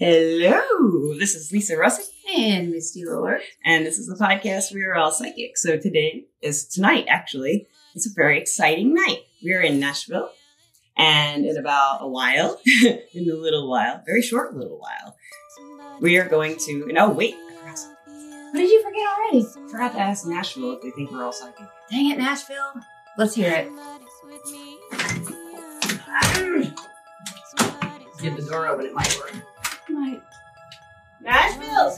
Hello, this is Lisa Russick, And Misty Lower. and this is the podcast We Are All Psychic. So today is tonight, actually. It's a very exciting night. We're in Nashville, and in about a while, in a little while, very short little while, we are going to. And oh wait, I forgot something. What did you forget already? I forgot to ask Nashville if they think we're all psychic. Dang it, Nashville. Let's hear it. Get the door open, it might work. Like, Nashville,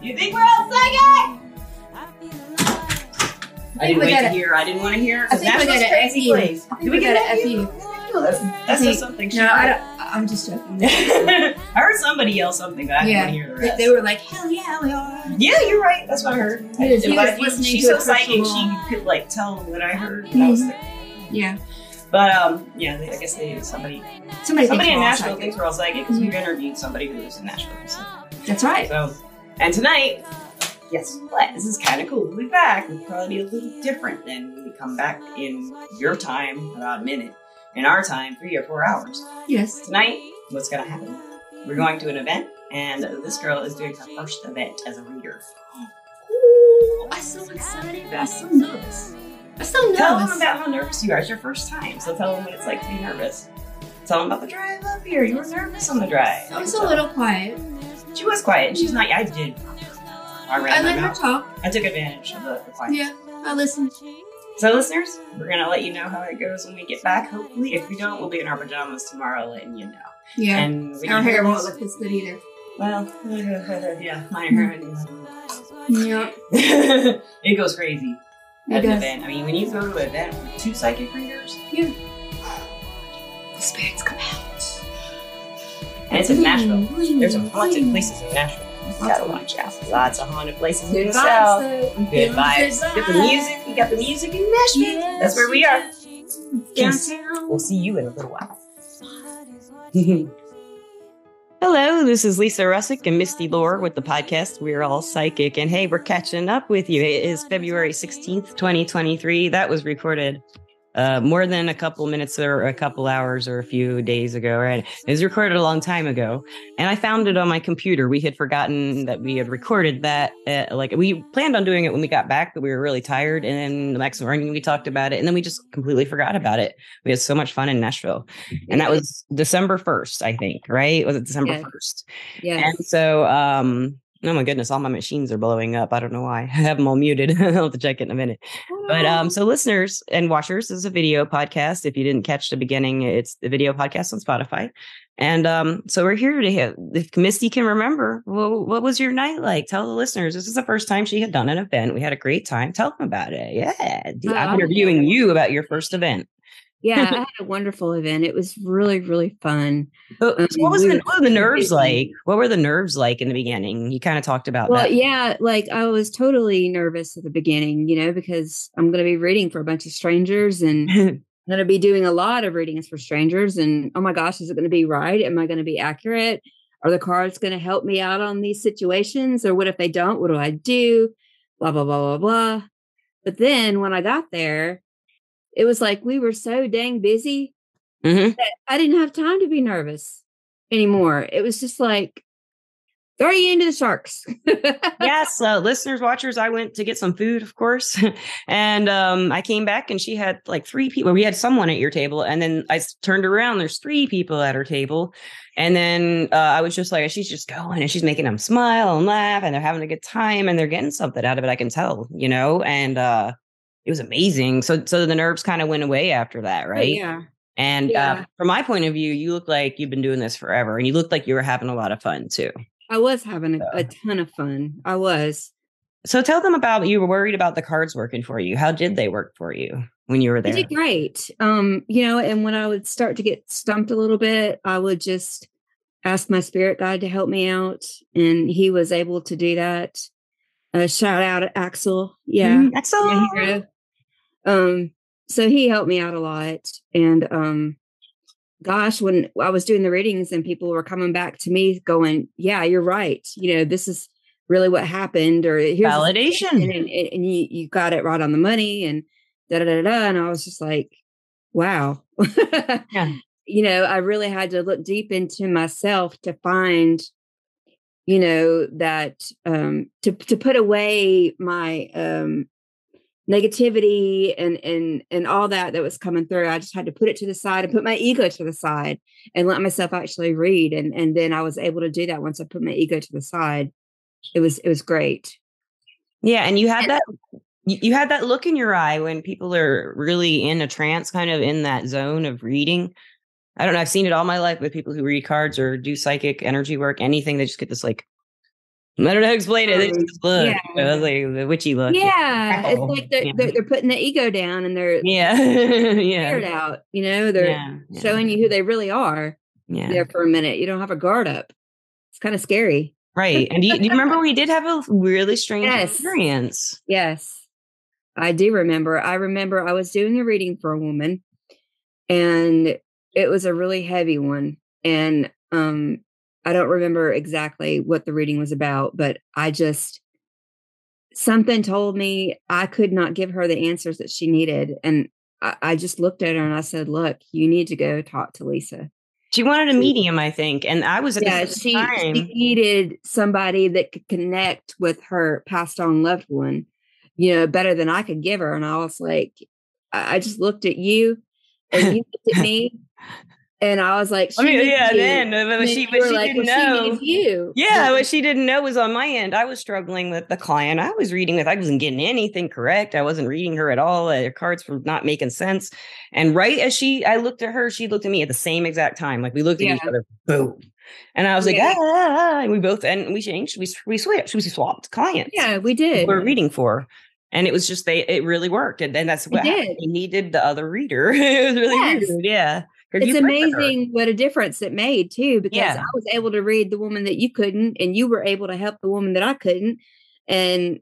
you think we're all psychic? I think didn't we wait gotta- to hear. I didn't want to hear. I think we Nashville's gotta crazy F you. place. I think Did we get gotta an F you. That's, that's think- just something. she no, I said. don't. I- I'm just joking. I heard somebody yell something, but I Yeah. didn't hear the They, rest. they were like, hell yeah, we are. yeah, you're right. That's what I heard. I- Yes, he I'm was glad you- listening she's to so it psychic, she personal. could like tell what I heard. and I was Mhm. there. Yeah. But um, yeah, they, I guess they somebody Somebody, somebody in thinks we're all Nashville psychic. Mm-hmm. thinks we're all psychic because we've interviewed somebody who lives in Nashville. So, That's right. so and tonight, guess what? This is kind of cool. We'll be back. We'll probably be a little different than when we come back in your time, about a minute, in our time, three or four hours. Yes. Tonight, what's going to happen? We're going to an event, and this girl is doing her first event as a reader. Ooh, I'm so excited, but I'm so nervous. I'm so nervous. Tell them about how nervous you are. It's your first time, so tell them what it's like to be nervous. Tell them about the drive up here. You were nervous on the drive. I was a little quiet. She was quiet. and She's not. I did. I I ran my let her mouth. talk. I took advantage of the, the quiet. Yeah. I listened. So, listeners, we're gonna let you know how it goes when we get back. Hopefully, if we don't, we'll be in our pajamas tomorrow, letting you know. Yeah. And we Our hair won't look this good either. Well, yeah, my hair. Yeah. it goes crazy. It at an does. Mm-hmm. event. I mean, when you go to an event with two psychic readers, The spirits come out. and it's in Nashville. Mm, There's some mm, haunted mm. places in Nashville. You Lots gotta of watch out. Lots of haunted places in Good the South. vibes, though. Good vibes. You got the music. You got the music in Nashville. Yes, That's where we are. Yes. Downtown. We'll see you in a little while. Hello, this is Lisa Russick and Misty Lore with the podcast We're All Psychic. And hey, we're catching up with you. It is February 16th, 2023. That was recorded uh, more than a couple minutes or a couple hours or a few days ago, right? It was recorded a long time ago. And I found it on my computer. We had forgotten that we had recorded that. Uh, like, we planned on doing it when we got back, but we were really tired. And then the next morning we talked about it. And then we just completely forgot about it. We had so much fun in Nashville. And that was December 1st, I think, right? Was it December Yeah. 1st? Yeah. And so, um, oh my goodness, all my machines are blowing up. I don't know why. I have them all muted. I'll have to check it in a minute. But um, so listeners and watchers, this is a video podcast. If you didn't catch the beginning, it's the video podcast on Spotify. And um, so we're here to have, if Misty can remember, well, what was your night like? Tell the listeners. This is the first time she had done an event. We had a great time. Tell them about it. Yeah. Oh, I'm I'm- interviewing you about your first event. yeah, I had a wonderful event. It was really, really fun. But Um, what was we the, were- what were the nerves like? What were the nerves like in the beginning? You kind of talked about Well, that. yeah, like I was totally nervous at the beginning, you know, because I'm going to be reading for a bunch of strangers and I'm going to be doing a lot of readings for strangers. And oh my gosh, is it going to be right? Am I going to be accurate? Are the cards going to help me out on these situations? Or what if they don't? What do I do? Blah, blah, blah, blah, blah. But then when I got there, it was like we were so dang busy Mhm. I didn't have time to be nervous anymore. It was just like, throw you into the sharks. yes, uh, listeners, watchers, I went to get some food, of course. and um, I came back and she had like three people. We had someone at your table. And then I s- turned around, there's three people at her table. And then uh, I was just like, she's just going and she's making them smile and laugh and they're having a good time and they're getting something out of it. I can tell, you know? And uh, it was amazing. So, so the nerves kind of went away after that, right? Yeah. And Yeah. uh, from my point of view, you look like you've been doing this forever and you looked like you were having a lot of fun too. I was having a, a ton of fun. I was. So tell them about you were worried about the cards working for you. How did they work for you when you were I there? did great. Um, you know, and when I would start to get stumped a little bit, I would just ask my spirit guide to help me out. And he was able to do that. Uh, shout out to Axel. Yeah. Mm, excellent. Yeah, hero. Um, so he helped me out a lot. And um gosh, when I was doing the readings and people were coming back to me going, Yeah, you're right. You know, this is really what happened, or here's the situation, Validation. and, and, and you, you got it right on the money and da da da da. And I was just like, wow. Yeah. You know, I really had to look deep into myself to find you know that um to to put away my um negativity and and and all that that was coming through i just had to put it to the side and put my ego to the side and let myself actually read and and then i was able to do that once i put my ego to the side it was it was great yeah and you had that you had that look in your eye when people are really in a trance kind of in that zone of reading i don't know i've seen it all my life with people who read cards or do psychic energy work anything they just get this like I don't know how to explain it. They just look. Yeah. You know, like the witchy look. Yeah. Oh. It's like they're, yeah. they're, they're, putting the ego down and they're yeah. yeah. Figured out. You know, they're yeah. showing you who they really are yeah. there for a minute. You don't have a guard up. It's kind of scary. Right. And do you, do you remember we did have a really strange yes. experience? Yes. I do remember. I remember I was doing a reading for a woman and it was a really heavy one. And um I don't remember exactly what the reading was about, but I just something told me I could not give her the answers that she needed. And I, I, just looked at her and I said, Look, you need to go talk to Lisa. She wanted a medium, I think. And I was at yeah, the she, time. she needed somebody that could connect with her passed on loved one, you know, better than I could give her. And I was like, I, I just looked at you and you looked at me and I was like, I mean, yeah, you. then but then she, but she like, didn't well, know. She yeah, what she didn't know was on my end. I was struggling with the client I was reading with. I wasn't getting anything correct. I wasn't reading her at all. Her cards were not making sense. And right as she, I looked at her, she looked at me at the same exact time. Like we looked at yeah. each other, boom. And I was like, yeah. ah, and we both, and we changed, we, we switched, we swapped clients. Yeah, we did. We we're reading for. And it was just, they, it really worked. And then that's what happened. He needed the other reader. it was really yes. weird. Yeah it's amazing what a difference it made too because yeah. i was able to read the woman that you couldn't and you were able to help the woman that i couldn't and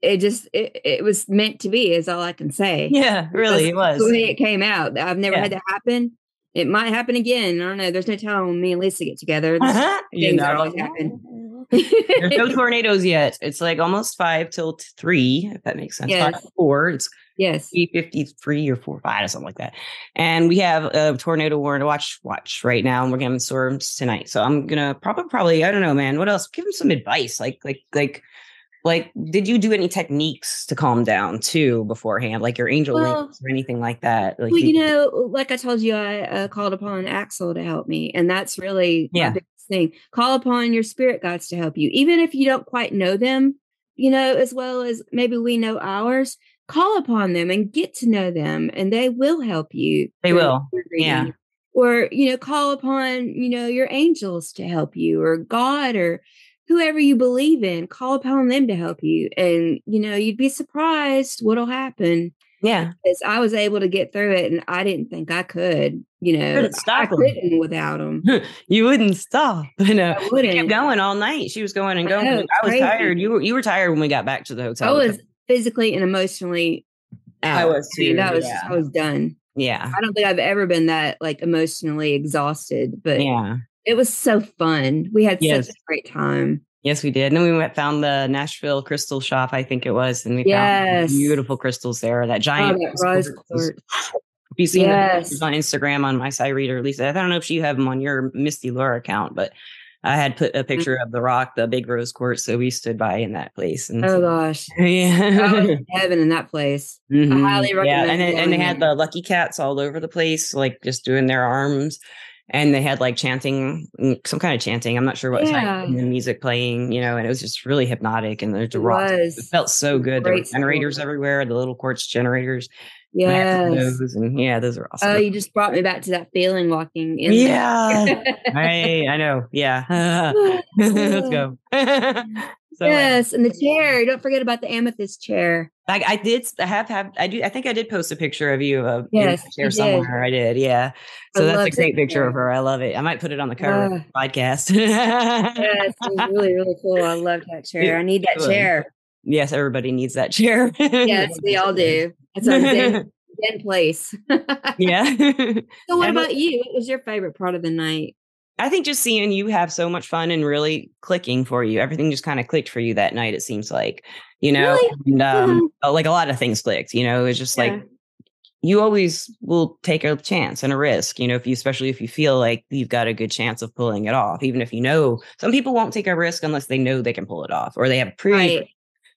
it just it, it was meant to be is all i can say yeah really it was the way it came out i've never yeah. had that happen it might happen again i don't know there's no time when me and lisa get together uh-huh. you know. there's no tornadoes yet it's like almost five till three if that makes sense yes. five, four it's Yes. 353 or 45 or something like that. And we have a tornado warning to watch watch right now. And we're getting storms tonight. So I'm gonna probably probably, I don't know, man. What else? Give them some advice. Like, like, like, like, did you do any techniques to calm down too beforehand? Like your angel well, or anything like that? Like well, you, you know, uh, like I told you, I uh, called upon Axel to help me. And that's really yeah. my biggest thing. Call upon your spirit guides to help you. Even if you don't quite know them, you know, as well as maybe we know ours call upon them and get to know them and they will help you they will yeah or you know call upon you know your angels to help you or god or whoever you believe in call upon them to help you and you know you'd be surprised what'll happen yeah because i was able to get through it and i didn't think i could you know couldn't stop I couldn't them. without them you wouldn't stop you know i wouldn't. She kept going all night she was going and going i, know, I was crazy. tired you were you were tired when we got back to the hotel i was physically and emotionally out. I was too. I mean, that was yeah. I was done. Yeah. I don't think I've ever been that like emotionally exhausted, but yeah, it was so fun. We had yes. such a great time. Yes, we did. And then we went found the Nashville crystal shop, I think it was, and we yes. found beautiful crystals there. That giant oh, that If you seen yes. on Instagram on my side reader, Lisa, I don't know if you have them on your Misty Laura account, but I had put a picture Mm-hmm. of the rock, the big rose quartz. So we stood by in that place. And oh so, gosh, yeah, heaven in that place. Mm-hmm. I highly recommend. Yeah, and, it, and they had the lucky cats all over the place, like just doing their arms, and they had like chanting, mm, some kind of chanting. I'm not sure what yeah. was the music playing, you know. And it was just really hypnotic. And there's the rock. It felt so good. Great there were generators sport. everywhere. The little quartz generators. Yeah. yeah, those are awesome. Oh, you just brought me back to that feeling walking in. Yeah. I I know. Yeah. Let's go. so, yes, uh, and the chair. Don't forget about the amethyst chair. I, I did I have have I do I think I did post a picture of you of yes, chair somewhere. I did, yeah. So I that's a great picture chair. of her. I love it. I might put it on the cover uh, the podcast. yes, really, really cool. I love that chair. I need that cool. chair. Yes, everybody needs that chair. yes, we all do. It's our zen, zen place. yeah. so, what and about you? What was your favorite part of the night? I think just seeing you have so much fun and really clicking for you. Everything just kind of clicked for you that night. It seems like you know, really? Mm-hmm. and, um, yeah. like a lot of things clicked. You know, it was just yeah. like you always will take a chance and a risk, you know, if you, especially if you feel like you've got a good chance of pulling it off, even if you know some people won't take a risk unless they know they can pull it off or they have pre, Right.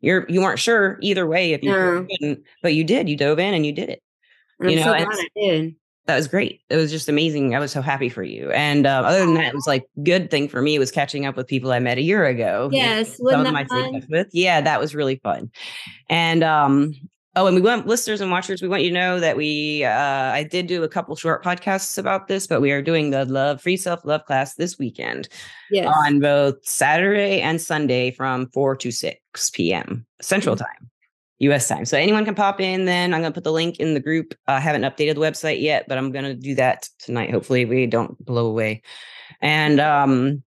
you're, you weren't sure either way if you could or No. couldn't, but you did, you dove in and you did it. And You I'm know, so and- glad I did. That was great. It was just amazing. I was so happy for you. And uh, other than that, it was like good thing for me was catching up with people I met a year ago. who- Yes, some wasn't of my that sleep fun? stuff with. Yeah, that was really fun. And um oh, and we want listeners and watchers, we want you to know that we uh I did do a couple short podcasts about this, but we are doing the love free self-love class this weekend Yes. on both Saturday and Sunday from 4 to 6 p.m. Central Time. US time. So anyone can pop in then. I'm going to put the link in the group. I haven't updated the website yet, but I'm going to do that tonight. Hopefully we don't blow away. And um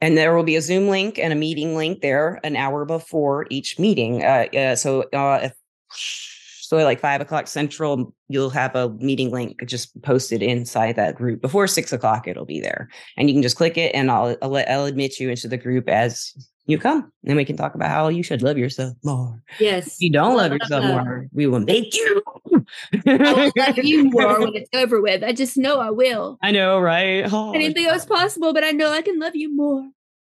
and there will be a Zoom link and a meeting link there an hour before each meeting. Uh, uh so uh if, so at like five o'clock central, you'll have a meeting link just posted inside that group. Before six o'clock, it'll be there and you can just click it and I'll, I'll I'll admit you into the group as you come and we can talk about how you should love yourself more. yes. If you don't love Love yourself yourself. more, we will make you. I will love you more when it's over with. I just know I will. I know, right? Oh, I didn't think it was possible, but I know I can love you more.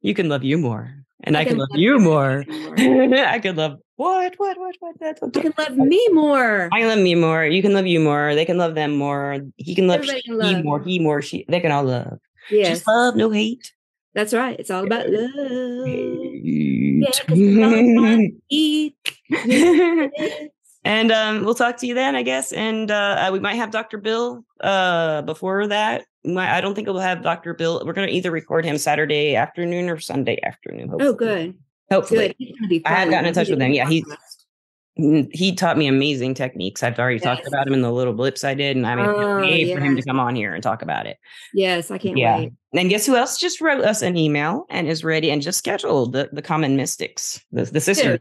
you can love you more, and I, can, love, you more. I I could love what, what, what, what, that. what- can love me more. I can love me more. You can love you more. They can love them more. He can love, Everybody she, can he love. more. He more. She. They can all love. Yes, Just love, no hate. that's right. It's all about Yeah. love. 'cause we all Hate. want Eat. And um, we'll talk to you then, I guess. And uh, uh, we might have Dr. Bill uh, before that. We might- I don't think we'll have Dr. Bill. We're going to either record him Saturday afternoon or Sunday afternoon. Hopefully. Oh, good. Hopefully. Good. He's gonna be I have fun. gotten in touch with him. Yeah, he's- Mm, He taught me amazing techniques. I've already talked Yes. about him in the little blips I did. And I'm Oh, excited for him to yes. come on here and talk about it. Yes, I can't Yeah. wait. And guess who else just wrote us an email and is ready and just scheduled the, the common mystics, the, the sisters,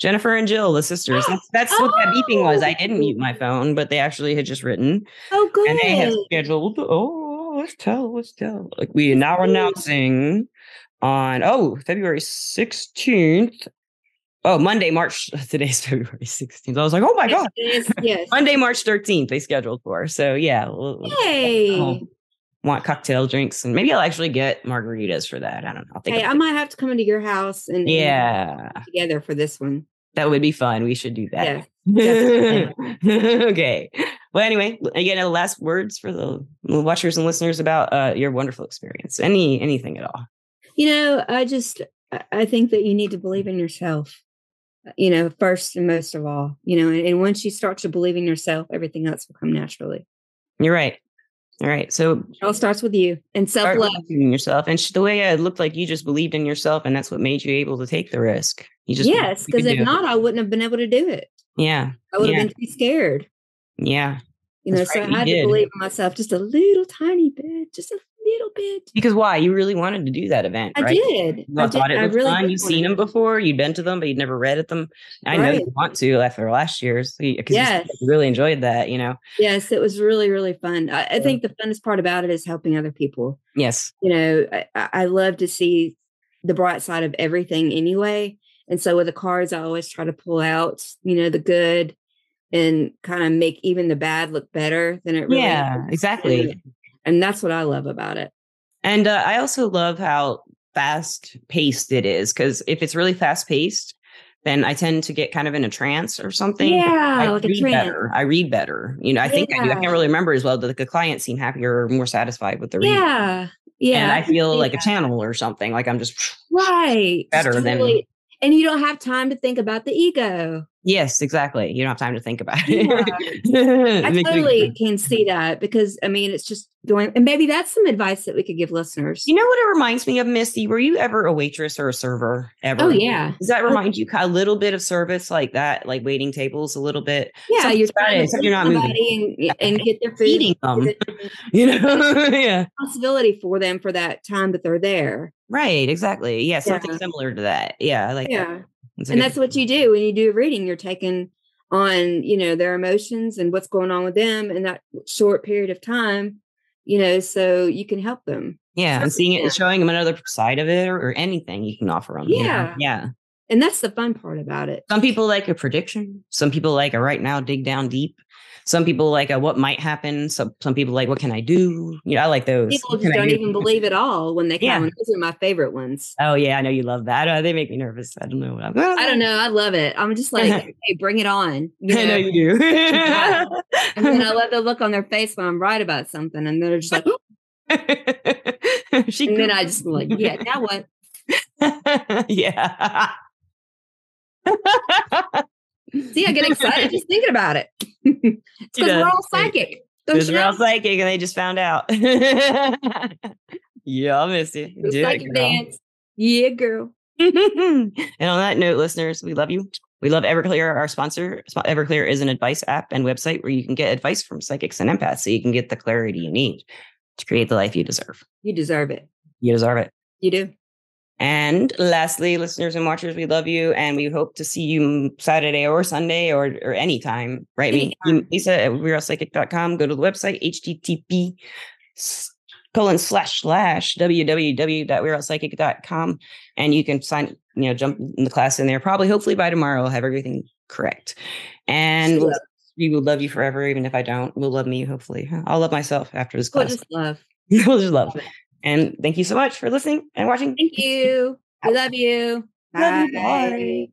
Jennifer and Jill, the sisters. That's, that's what that beeping was. I didn't mute my phone, but they actually had just written Oh, good. and they have scheduled. Oh, let's tell, let's tell. Like we are now Ooh. announcing on oh February sixteenth. Oh, Monday, March. Today's February sixteenth. I was like, oh my god, Yes, yes. Monday, March thirteenth. They scheduled for. So yeah, we'll, we'll- Hey. I'll want cocktail drinks and maybe I'll actually get margaritas for that. I don't know. I'll think Hey, I about it. might have to come into your house and and yeah, together for this one. that would be fun. We should do that. Yeah. definitely. okay. Well, anyway, again, the last words for the watchers and listeners about uh, your wonderful experience. Any anything at all? You know, I just I- I think that you need to believe in yourself. uh, You know, first and most of all, you know, and, and once you start to believe in yourself, everything else will come naturally. You're right. All right. So It all starts with you and self start love. believing in yourself, and sh- the way it looked like you just believed in yourself, and that's what made you able to take the risk. You just Yes, you could because if do it. not, I wouldn't have been able to do it. yeah, I would Yeah. have been too scared. yeah. You know, That's so right, you I had did. to believe in myself just a little tiny bit, just a little bit. Because why? You really wanted to do that event, I right? did. You I, did. thought it I looked really fun. did You've want seen it. them before. You'd been to them, but you'd never read at them. I know you Right. want to after last year's because Yes. you really enjoyed that. You know. Yes, it was really, really fun. I, I Yeah. think the funnest part about it is helping other people. Yes. You know, I, I I love to see the bright side of everything anyway. And so with the cards, I always try to pull out, you know, the good and kind of make even the bad look better than it really yeah. is. Exactly. And that's what I love about it. And uh, I also love how fast paced it is because if it's really fast paced, then I tend to get kind of in a trance or something. yeah, I like a read trend. better. I read better. You know, I think I do. I Yeah. can't really remember as well, but like the clients seem happier or more satisfied with the reading. Yeah. Yeah. And I feel see like a that. channel or something. Like I'm just right. Just better than- totally- and you don't have time to think about the ego. Yes, exactly. You don't have time to think about it. Yeah. It I makes me- totally can see that because I mean, it's just going, and maybe that's some advice that we could give listeners. You know what it reminds me of, Misty? Were you ever a waitress or a server ever? oh, yeah. Does that remind you a little bit of service like that, like waiting tables a little bit? Yeah. Something's you're about trying it, to except serve you're not somebody And, and get their food. Feeding them, you know? yeah. Responsibility for them for that time that they're there. Right. Exactly. Yeah. Something Yeah. similar to that. Yeah. I like that. Yeah. That's a And good- that's what you do when you do a reading. You're taking on, you know, their emotions and what's going on with them in that short period of time, you know, so you can help them. yeah. And seeing it yeah. and showing them another side of it or, or anything you can offer them. you know? Yeah. Yeah. And that's the fun part about it. Some people like a prediction. Some people like a right now dig down deep. Some people like uh, what might happen. Some some people like what can I do? You know, I like those. People What just can I don't do? even believe it all when they come. Yeah. And Those are my favorite ones. Oh yeah, I know you love that. Uh, they make me nervous. I don't know what I'm. I don't know. I love it. I'm just like, hey, bring it on. You know? Oh. I know you do. Yeah. and then I love the look on their face when I'm right about something, and they're Oh just like, she and then grew- I just like, yeah, now what? yeah. See, I get excited just thinking about it. Because does. we're all psychic. Don't Because you we're all know? psychic and they just found out. yeah, I'll miss you. The Do it, psychic girl. dance. Yeah, girl. and on that note, listeners, we love you. We love Everclear, our sponsor. Sp- Everclear is an advice app and website where you can get advice from psychics and empaths so you can get the clarity you need to create the life you deserve. You deserve it. You deserve it. You do. And lastly, listeners and watchers, we love you and we hope to see you Saturday or Sunday or, or anytime. Write me, Anytime. Lisa at weareallpsychic.com. Go to the website, http s- colon slash slash www.weareallpsychic.com. And you can sign, you know, jump in the class in there. Probably, hopefully by tomorrow, I'll have everything correct. And Sure. we will love you forever, even if I don't. We'll love me, hopefully. I'll love myself after this Well, class. just love. we'll just love. And thank you so much for listening and watching. Thank you. We love you. Love you. Bye. Bye.